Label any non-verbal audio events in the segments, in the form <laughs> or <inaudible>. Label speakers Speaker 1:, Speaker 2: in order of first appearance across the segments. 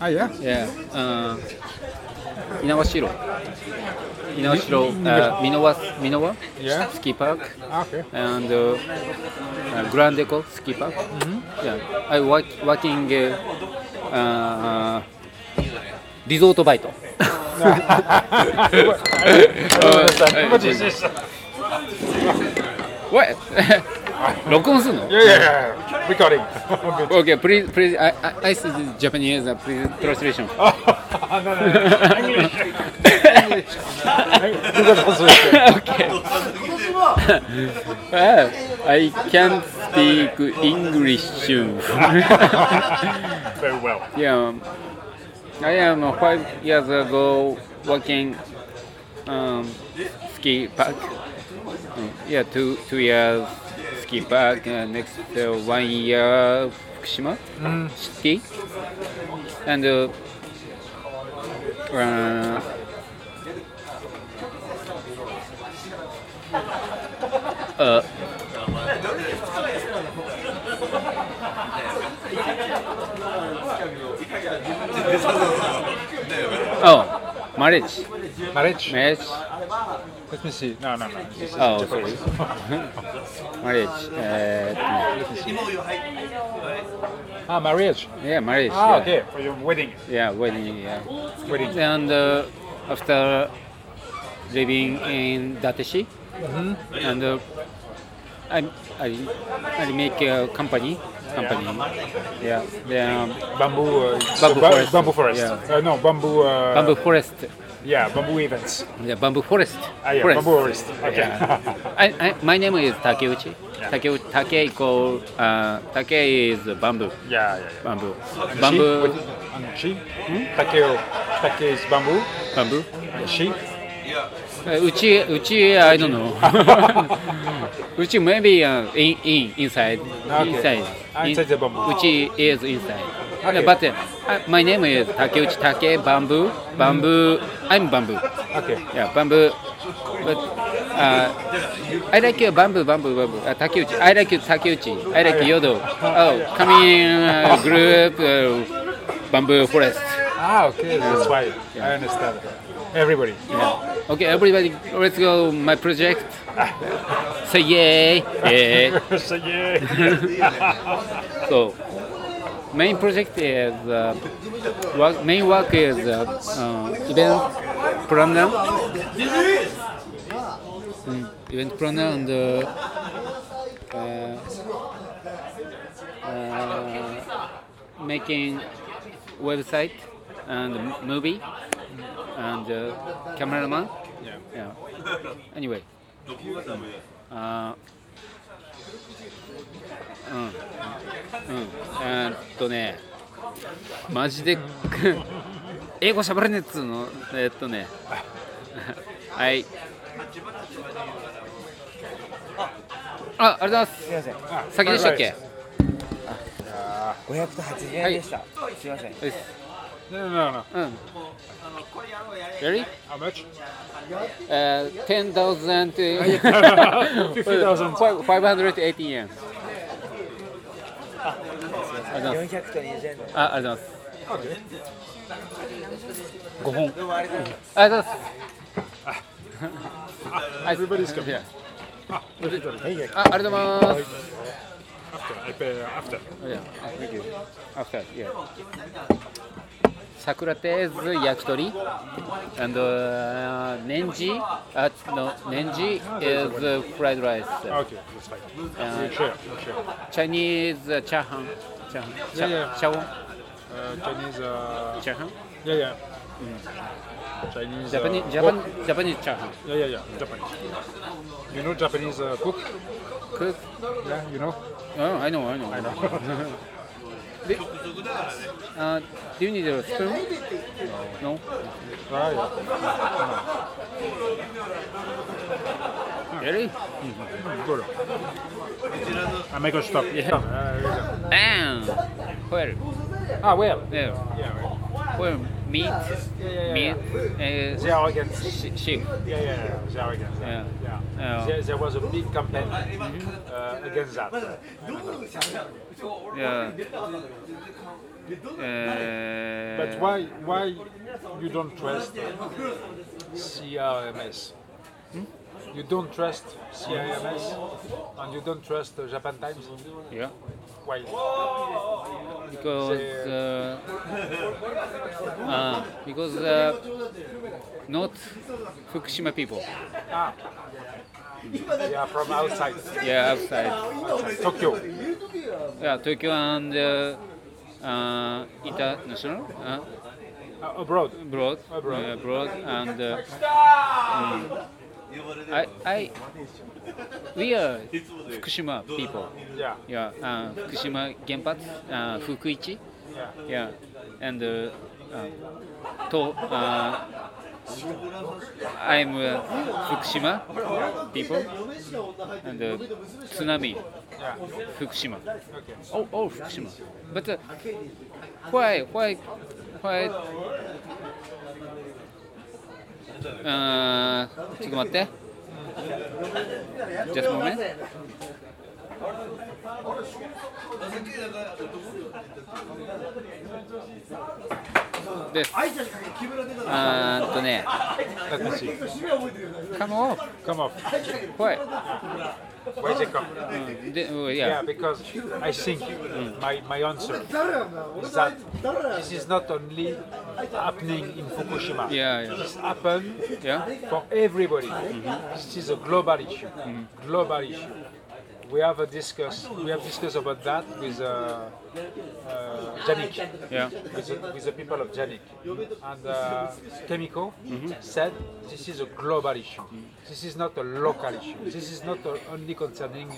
Speaker 1: Oh, yeah?
Speaker 2: Yeah. Uh, Inawashiro. Inawashiro,
Speaker 1: Ni-
Speaker 2: uh, Minowa, Minowa
Speaker 1: Yeah.
Speaker 2: ski park,
Speaker 1: Ah, <laughs> Okay.
Speaker 2: and uh, uh, Grand Eco ski park. Yeah. I work working uh, uh, resort
Speaker 1: <laughs>
Speaker 2: bite.
Speaker 1: What is this?
Speaker 2: <laughs> What? <laughs> 録音するの
Speaker 1: Yeah, yeah, yeah. We got him. <laughs> Good.
Speaker 2: Okay, please, please, I, I, I see the Japanese uh, please, translation.
Speaker 1: <laughs> no, no, no. English. English. You got also a-
Speaker 2: <laughs> okay. <laughs> Ah, I can't speak English. <laughs>
Speaker 1: Very well.
Speaker 2: yeah, I am five years ago working um, ski park. Mm, Yeah, two two years ski park. Uh, next uh, one year Fukushima
Speaker 1: Mm.
Speaker 2: ski, and uh, uh, uh, oh, marriage,
Speaker 1: Marriage?
Speaker 2: marriage.
Speaker 1: Let me see. No, no, no. This is
Speaker 2: Oh,
Speaker 1: Japanese.
Speaker 2: marriage. Uh,
Speaker 1: <laughs> Ah, marriage.
Speaker 2: yeah, marriage.
Speaker 1: Ah,
Speaker 2: yeah.
Speaker 1: okay. For your wedding.
Speaker 2: Yeah, wedding. Yeah.
Speaker 1: Wedding.
Speaker 2: And uh, after living in Dateshi,
Speaker 1: Mm-hmm.
Speaker 2: and uh, I, I I make a company company. Yeah. yeah.
Speaker 1: Bamboo. Uh, it's
Speaker 2: Bamboo
Speaker 1: a ba-
Speaker 2: forest.
Speaker 1: Bamboo forest.
Speaker 2: Yeah.
Speaker 1: Uh, no, bamboo. Uh,
Speaker 2: bamboo forest.
Speaker 1: Yeah, bamboo events.
Speaker 2: Yeah, bamboo forest.
Speaker 1: Ah, yeah,
Speaker 2: Forest.
Speaker 1: bamboo forest. Okay. <laughs>
Speaker 2: Yeah. I, I, my name is Takeuchi.
Speaker 1: Yeah.
Speaker 2: Takeu Takeiko. Uh, Take is bamboo.
Speaker 1: yeah, yeah, yeah.
Speaker 2: Bamboo.
Speaker 1: And She,
Speaker 2: Bamboo.
Speaker 1: what is- and she? Takeo. Take is bamboo.
Speaker 2: Bamboo. <laughs>
Speaker 1: She?
Speaker 2: Uh, Uchi, Uchi, I don't know.
Speaker 1: <laughs>
Speaker 2: Uchi maybe uh, in, in inside,
Speaker 1: Okay.
Speaker 2: inside.
Speaker 1: Ah, inside the bamboo.
Speaker 2: Uchi is inside.
Speaker 1: Okay.
Speaker 2: Uh, But uh, uh, my name is Takeuchi Take Bamboo. Bamboo. I'm bamboo.
Speaker 1: Okay.
Speaker 2: Yeah, bamboo. But uh, I like your bamboo, bamboo, bamboo. Uh, Takeuchi. I like your Takeuchi. I like Yodo. Oh, coming uh, group uh, bamboo forest.
Speaker 1: Ah, okay. That's why. I understand. Everybody. <laughs>
Speaker 2: Okay, everybody, let's go. My project. Say
Speaker 1: <laughs>
Speaker 2: yay! Yeah.
Speaker 1: so, yeah.
Speaker 2: <laughs> So, main project is uh, work, main work is uh, uh, event planner. Mm, event planner and uh, uh, uh, making website and movie and uh, cameraman.
Speaker 1: Yeah.
Speaker 2: Yeah. Anyway. Uh, うん、えーっとね、マジで <laughs> 英語喋れねえっつうの、えーっとね、 <laughs> はい。あ、ありがとうござい
Speaker 3: すいま
Speaker 2: ます。先でしたっけ？
Speaker 3: せん580円でした、すいません
Speaker 1: No, no, no.
Speaker 2: うん。Very?
Speaker 1: How much?
Speaker 2: えー、ten thousand
Speaker 1: 50,000
Speaker 2: <laughs> five hundred eighty yen。ありがとうございます。
Speaker 3: 400と20円の
Speaker 2: あ、ありがとうございます。五本。ありがとうございます。
Speaker 1: Everybody's coming.
Speaker 2: あ、ありがとうございます。
Speaker 1: After. I pay after.
Speaker 2: Yeah, thank you. After, yeah. Socrates yakitori and uh, nenji. Uh, no, nenji is uh, fried rice.
Speaker 1: Ah, Okay, that's fine.
Speaker 2: Uh,
Speaker 1: We'll share. We'll share.
Speaker 2: Chinese uh, chahan. Chahan. Cha-
Speaker 1: Yeah, yeah.
Speaker 2: Chawon.
Speaker 1: Uh, Chinese. Uh,
Speaker 2: Chahan.
Speaker 1: yeah, yeah. Chinese.
Speaker 2: Japanese.
Speaker 1: uh,
Speaker 2: Japan,
Speaker 1: wok.
Speaker 2: Japanese chahan.
Speaker 1: Yeah, yeah, yeah. Japanese. You know Japanese uh, cook?
Speaker 2: Cook.
Speaker 1: Yeah, you know.
Speaker 2: Oh, I know. I know. I <laughs> know. uh, do you need a spoon? No.
Speaker 1: Ah, yeah.
Speaker 2: Really?
Speaker 1: Good. I make a stop.
Speaker 2: Yeah.
Speaker 1: Stop. Uh,
Speaker 2: Damn. Where?
Speaker 1: ah, well.
Speaker 2: There.
Speaker 1: Yeah. Well.
Speaker 2: Well, meat,
Speaker 1: yeah,
Speaker 2: meat, uh,
Speaker 1: There against.
Speaker 2: sh- sheep.
Speaker 1: Yeah, yeah, yeah. There against. That.
Speaker 2: Yeah. Oh.
Speaker 1: yeah.
Speaker 2: Yeah.
Speaker 1: There, there was a big campaign uh, against that.
Speaker 2: Yeah.
Speaker 1: But
Speaker 2: Uh,
Speaker 1: why why you don't trust CRMS? Hmm? You don't trust CRMS and you don't trust uh, Japan Times?
Speaker 2: yeah,
Speaker 1: Why?
Speaker 2: because uh, uh, because uh, not Fukushima people.
Speaker 1: ah, They are from outside
Speaker 2: Yeah, outside.
Speaker 1: Tokyo. Uh,
Speaker 2: Yeah, Tokyo and uh, uh, international uh,
Speaker 1: Uh, abroad.
Speaker 2: abroad,
Speaker 1: Abroad.
Speaker 2: uh, abroad, and uh, mm, I, I, we are Fukushima people.
Speaker 1: Yeah.
Speaker 2: Yeah, uh, Fukushima Genpatsu, uh, Fukuichi.
Speaker 1: Yeah.
Speaker 2: Yeah, and uh, uh, to, uh, I'm uh, Fukushima people, and uh, tsunami,
Speaker 1: Yeah.
Speaker 2: Fukushima.
Speaker 1: Okay.
Speaker 2: Oh, oh, Fukushima. But uh, why, why, why? Uh, ちょっと待って。Just a moment. This. あーっとね、
Speaker 1: Let me see.
Speaker 2: come off.
Speaker 1: Come off.
Speaker 2: Why?
Speaker 1: Why they come?
Speaker 2: The, oh,
Speaker 1: Yeah,
Speaker 2: yeah.
Speaker 1: because I think my, my answer is that this is not only happening in Fukushima.
Speaker 2: Yeah, yeah.
Speaker 1: This happened
Speaker 2: Yeah.
Speaker 1: for everybody. This is a global issue. Global issue. We have a discuss. We have discussed about that with uh, uh, Janik,
Speaker 2: Yeah.
Speaker 1: with, the, with the people of Janik, and uh, Chemico said this is a global issue. This is not a local issue. This is not uh, only concerning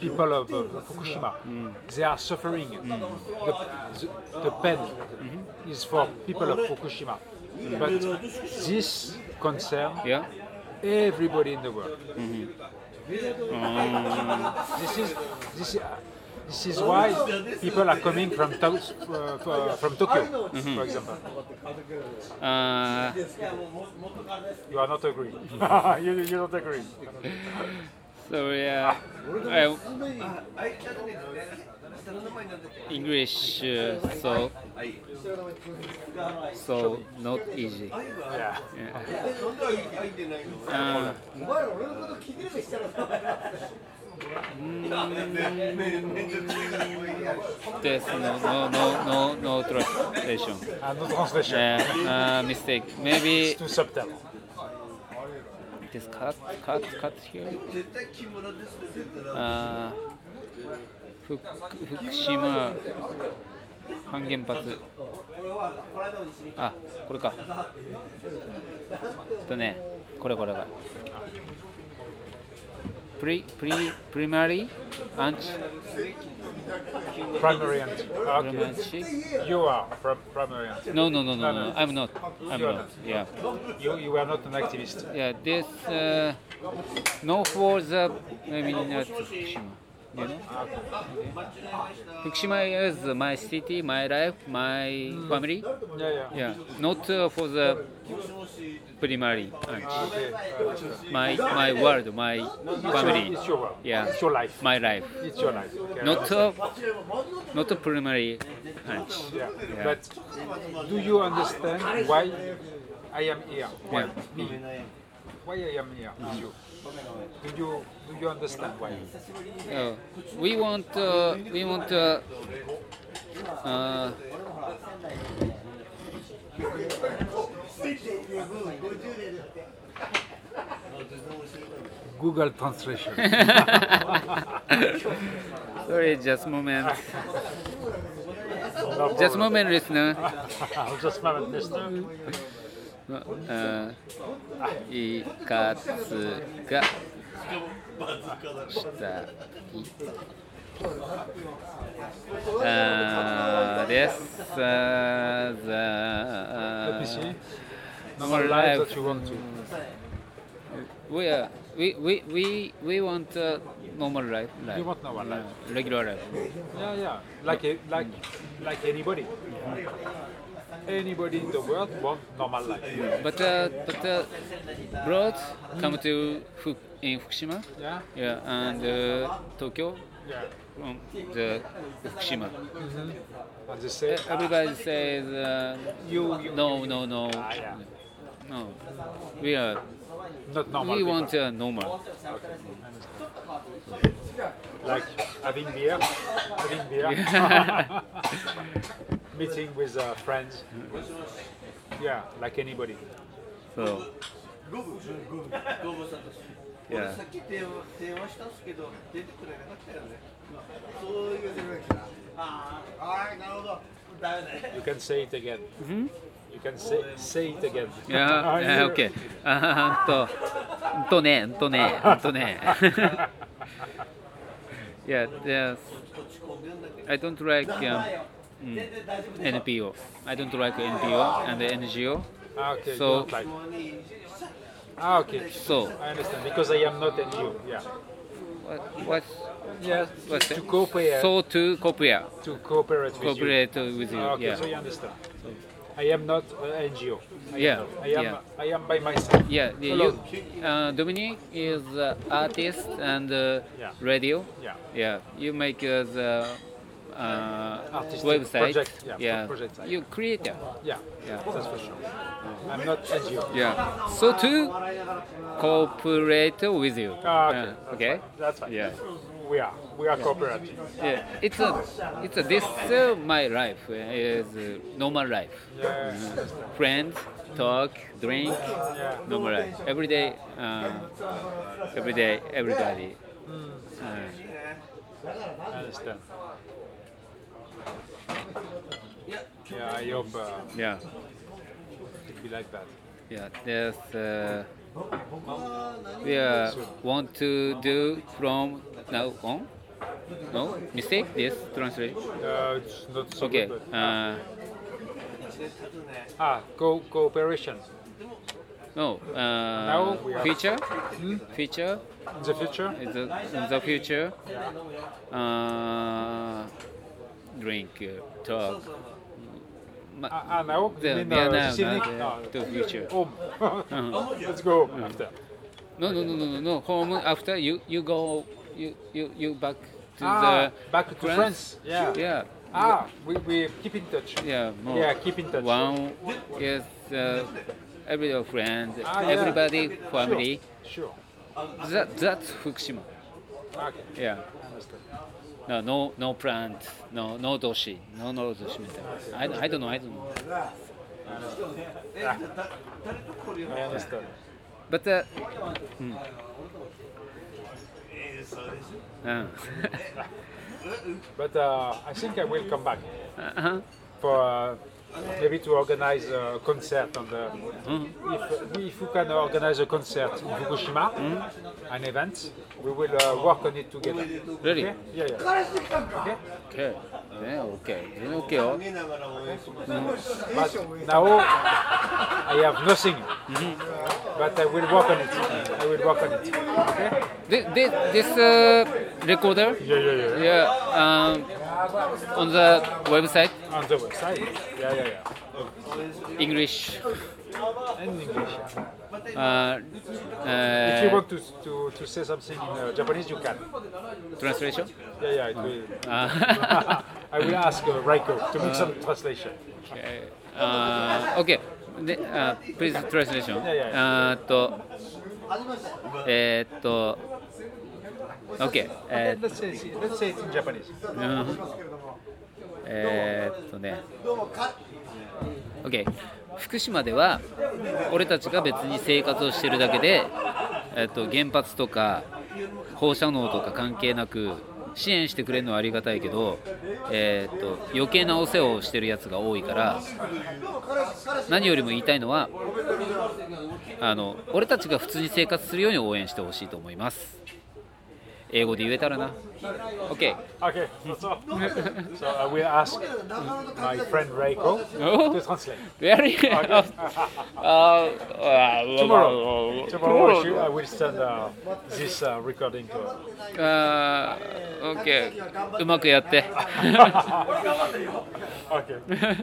Speaker 1: people of uh, Fukushima. They are suffering. The, the, the pain is for people of Fukushima, but this concern
Speaker 2: Yeah.
Speaker 1: everybody in the world.
Speaker 2: Mm-hmm.
Speaker 1: This is this is. This is why people are coming from to, uh, f- from Tokyo,
Speaker 2: Mm-hmm.
Speaker 1: for example.
Speaker 2: あー
Speaker 1: You are not agree. <laughs>
Speaker 2: Mm-hmm.
Speaker 1: you, you don't agree.
Speaker 2: So yeah, I, English uh, so so not easy.
Speaker 1: Yeah.
Speaker 2: Uh, this no no no no no translation.
Speaker 1: And no translation.
Speaker 2: Yeah, uh, mistake. Maybe
Speaker 1: It's too subtle.
Speaker 2: this cut cut cut here. Uh, Fuk- Fukushima 半原発あこれかえっとねこれこれこれプリプリプリマリアンチ
Speaker 1: Primary and
Speaker 2: プリマ
Speaker 1: okay.
Speaker 2: ンチ
Speaker 1: You are from primary and
Speaker 2: No no no no no I'm not I'm
Speaker 1: You're
Speaker 2: not
Speaker 1: not.
Speaker 2: yeah
Speaker 1: you you are not an activist.
Speaker 2: yeah this、uh, no for the I mean not Fukushima you know Fukushima is my city my life my family
Speaker 1: Yeah, yeah.
Speaker 2: Yeah, not uh, for the primary.
Speaker 1: Ah,
Speaker 2: uh,
Speaker 1: Okay.
Speaker 2: My my world, my family.
Speaker 1: It's your world.
Speaker 2: Yeah.
Speaker 1: It's your life.
Speaker 2: My life.
Speaker 1: It's your life. Okay.
Speaker 2: Not uh, not primary. uh,
Speaker 1: Yeah.
Speaker 2: Yeah.
Speaker 1: But do you understand why I am here? Why
Speaker 2: Yeah.
Speaker 1: me? Why I am here? with You. Do you do you understand why?
Speaker 2: uh, we want uh, we want uh, uh,
Speaker 1: Google translation. <laughs>
Speaker 2: <laughs> sorry, just moment,
Speaker 1: No
Speaker 2: just
Speaker 1: problem.
Speaker 2: moment, listener.
Speaker 1: just moment, listener.
Speaker 2: うんいかつがしたいあーですあーざ
Speaker 1: Let me see.
Speaker 2: ー
Speaker 1: Normal
Speaker 2: Your
Speaker 1: life
Speaker 2: life.
Speaker 1: that you want to.
Speaker 2: We are we we we we want a normal life
Speaker 1: You
Speaker 2: life
Speaker 1: want normal life.
Speaker 2: regular life
Speaker 1: Yeah, yeah. Like a, like like anybody. anybody in the world want normal life.
Speaker 2: But uh, but uh, broads come to Fu- in Fukushima.
Speaker 1: Yeah,
Speaker 2: Yeah, and uh, Tokyo
Speaker 1: yeah.
Speaker 2: from the Fukushima.
Speaker 1: And they
Speaker 2: E-
Speaker 1: say
Speaker 2: Everybody says uh,
Speaker 1: you, you
Speaker 2: no, no, no,
Speaker 1: Ah, yeah.
Speaker 2: no. We are
Speaker 1: not normal.
Speaker 2: we
Speaker 1: people.
Speaker 2: want uh, normal.
Speaker 1: like having beer, having beer,
Speaker 2: <laughs> Yeah.
Speaker 1: meeting with uh, friends. Yeah, like anybody.
Speaker 2: So yeah.
Speaker 4: さっき電話電話したんですけど出てくれなかったよねそういう電話かああはいなるほどだよね
Speaker 1: You can say it again.
Speaker 2: Mm-hmm.
Speaker 1: You can say say it
Speaker 2: <laughs>
Speaker 1: again. <laughs>
Speaker 2: いや、えー、オッケー。 <laughs> あーんと、んとね、んとね、んとね。 <laughs> いや、there's I don't like、um, NPO. I don't like NPO and NGO.
Speaker 1: Ah, okay. you
Speaker 2: So-
Speaker 1: don't like. Ah, okay.
Speaker 2: So,
Speaker 1: I understand because I am not in you. Yeah.
Speaker 2: what,
Speaker 1: Yes.
Speaker 2: what's
Speaker 1: to
Speaker 2: that?
Speaker 1: cooperate.
Speaker 2: So to cooperate,
Speaker 1: to cooperate with you.
Speaker 2: cooperate with you.
Speaker 1: Ah, okay. So
Speaker 2: Yeah,
Speaker 1: you understand. I am not an NGO.
Speaker 2: yeah,
Speaker 1: I am
Speaker 2: yeah.
Speaker 1: I am by myself.
Speaker 2: Yeah, the- you,
Speaker 1: Alone.
Speaker 2: uh, Dominique is uh, artist and uh,
Speaker 1: Yeah.
Speaker 2: radio.
Speaker 1: Yeah.
Speaker 2: Yeah, you make uh, the uh,
Speaker 1: Artistic
Speaker 2: website.
Speaker 1: project, yeah, project site.
Speaker 2: you creator.
Speaker 1: Yeah.
Speaker 2: Yeah.
Speaker 1: That's for sure. I'm not NGO.
Speaker 2: Yeah. So to cooperate with you.
Speaker 1: Ah, okay.
Speaker 2: Uh,
Speaker 1: That's
Speaker 2: okay.
Speaker 1: fine. That's fine.
Speaker 2: Yeah.
Speaker 1: We are. We are cooperative.
Speaker 2: Yeah. It's a, it's a, this uh, my life uh, is uh, normal life.
Speaker 1: Yeah.
Speaker 2: Friends, talk, drink,
Speaker 1: Yeah.
Speaker 2: normal life. Every day, uh, every day, everybody. Uh,
Speaker 1: I understand. Yeah, I hope uh,
Speaker 2: yeah.
Speaker 1: it be like that.
Speaker 2: Yeah, there's uh, we uh, want to do from now on. No mistake. Yes, translate.
Speaker 1: Uh, it's not so
Speaker 2: Okay.
Speaker 1: good. But,
Speaker 2: Uh,
Speaker 1: ah, co- cooperation
Speaker 2: no. Uh, future. Future.
Speaker 1: in the future.
Speaker 2: Is the, in the future. Uh, drink. uh, Talk. Ma-
Speaker 1: Ah, ah now? You
Speaker 2: the,
Speaker 1: mean,
Speaker 2: yeah,
Speaker 1: uh,
Speaker 2: now,
Speaker 1: this evening?
Speaker 2: now,
Speaker 1: No,
Speaker 2: the Uh-huh. future.
Speaker 1: Home. <laughs> Let's go home after.
Speaker 2: No, no, no, no, no, no. Home after you, you go, you, you, you back to
Speaker 1: ah,
Speaker 2: the
Speaker 1: back to France. Yeah.
Speaker 2: Yeah.
Speaker 1: Ah, we, we keep in touch.
Speaker 2: Yeah, more.
Speaker 1: Yeah, keep in touch.
Speaker 2: One is uh, every your friend,
Speaker 1: Ah, yeah.
Speaker 2: everybody, family.
Speaker 1: Sure.
Speaker 2: That that's Fukushima.
Speaker 1: Okay.
Speaker 2: Yeah.
Speaker 1: I understand.
Speaker 2: No, no, no plant. No, no doshi. No, no doshi. I, I don't know. I don't know.
Speaker 1: I understand.
Speaker 2: But uh, uh,
Speaker 1: But uh, I think I will come back
Speaker 2: <laughs> uh-huh.
Speaker 1: for uh, maybe to organize a concert on the. If, if we can organize a concert in Fukushima, an event, we will uh, work on it together.
Speaker 2: Really?
Speaker 1: Okay? Yeah, yeah.
Speaker 2: okay. Yeah, okay. Then okay. oh.
Speaker 4: 見ながら応援します
Speaker 1: But now I have nothing. But I will work on it. I will work on it. Okay?
Speaker 2: Thi- thi- This uh, recorder.
Speaker 1: Yeah, yeah, yeah.
Speaker 2: Yeah. Um, on the website,
Speaker 1: On the website. Yeah, yeah, yeah.
Speaker 2: English.
Speaker 1: In English. yeah.
Speaker 2: Uh,
Speaker 1: If you
Speaker 2: uh,
Speaker 1: want to, to, to say something in uh, Japanese, you can.
Speaker 2: translation?
Speaker 1: Yeah, yeah, it will.
Speaker 2: Uh,
Speaker 1: <laughs>
Speaker 2: <laughs>
Speaker 1: I will ask uh, Raiko to make some translation.
Speaker 2: uh, okay. で、あ、please translation. Uh,
Speaker 1: やいやい
Speaker 2: あーっと、えーっと、OK。え
Speaker 1: Uh, Let's say, let's say it in Japanese.
Speaker 2: ーうんえーっとね。OK。福島では俺たちが別に生活をしてるだけで、えーっと原発とか放射能とか関係なく支援してくれるのはありがたいけど、えーっと余計なお世話をしてるやつが多いから何よりも言いたいのはあの俺たちが普通に生活するように応援してほしいと思います英語で言えたらな OK
Speaker 1: Okay, that's all. so I will ask my friend Reiko
Speaker 2: Oh.
Speaker 1: to translate.
Speaker 2: Very
Speaker 1: <laughs>
Speaker 2: Uh, uh,
Speaker 1: Tomorrow, tomorrow I should- I will send uh, this uh, <laughs> recording to her. <laughs>
Speaker 2: Uh, OK うまくやって
Speaker 1: Okay.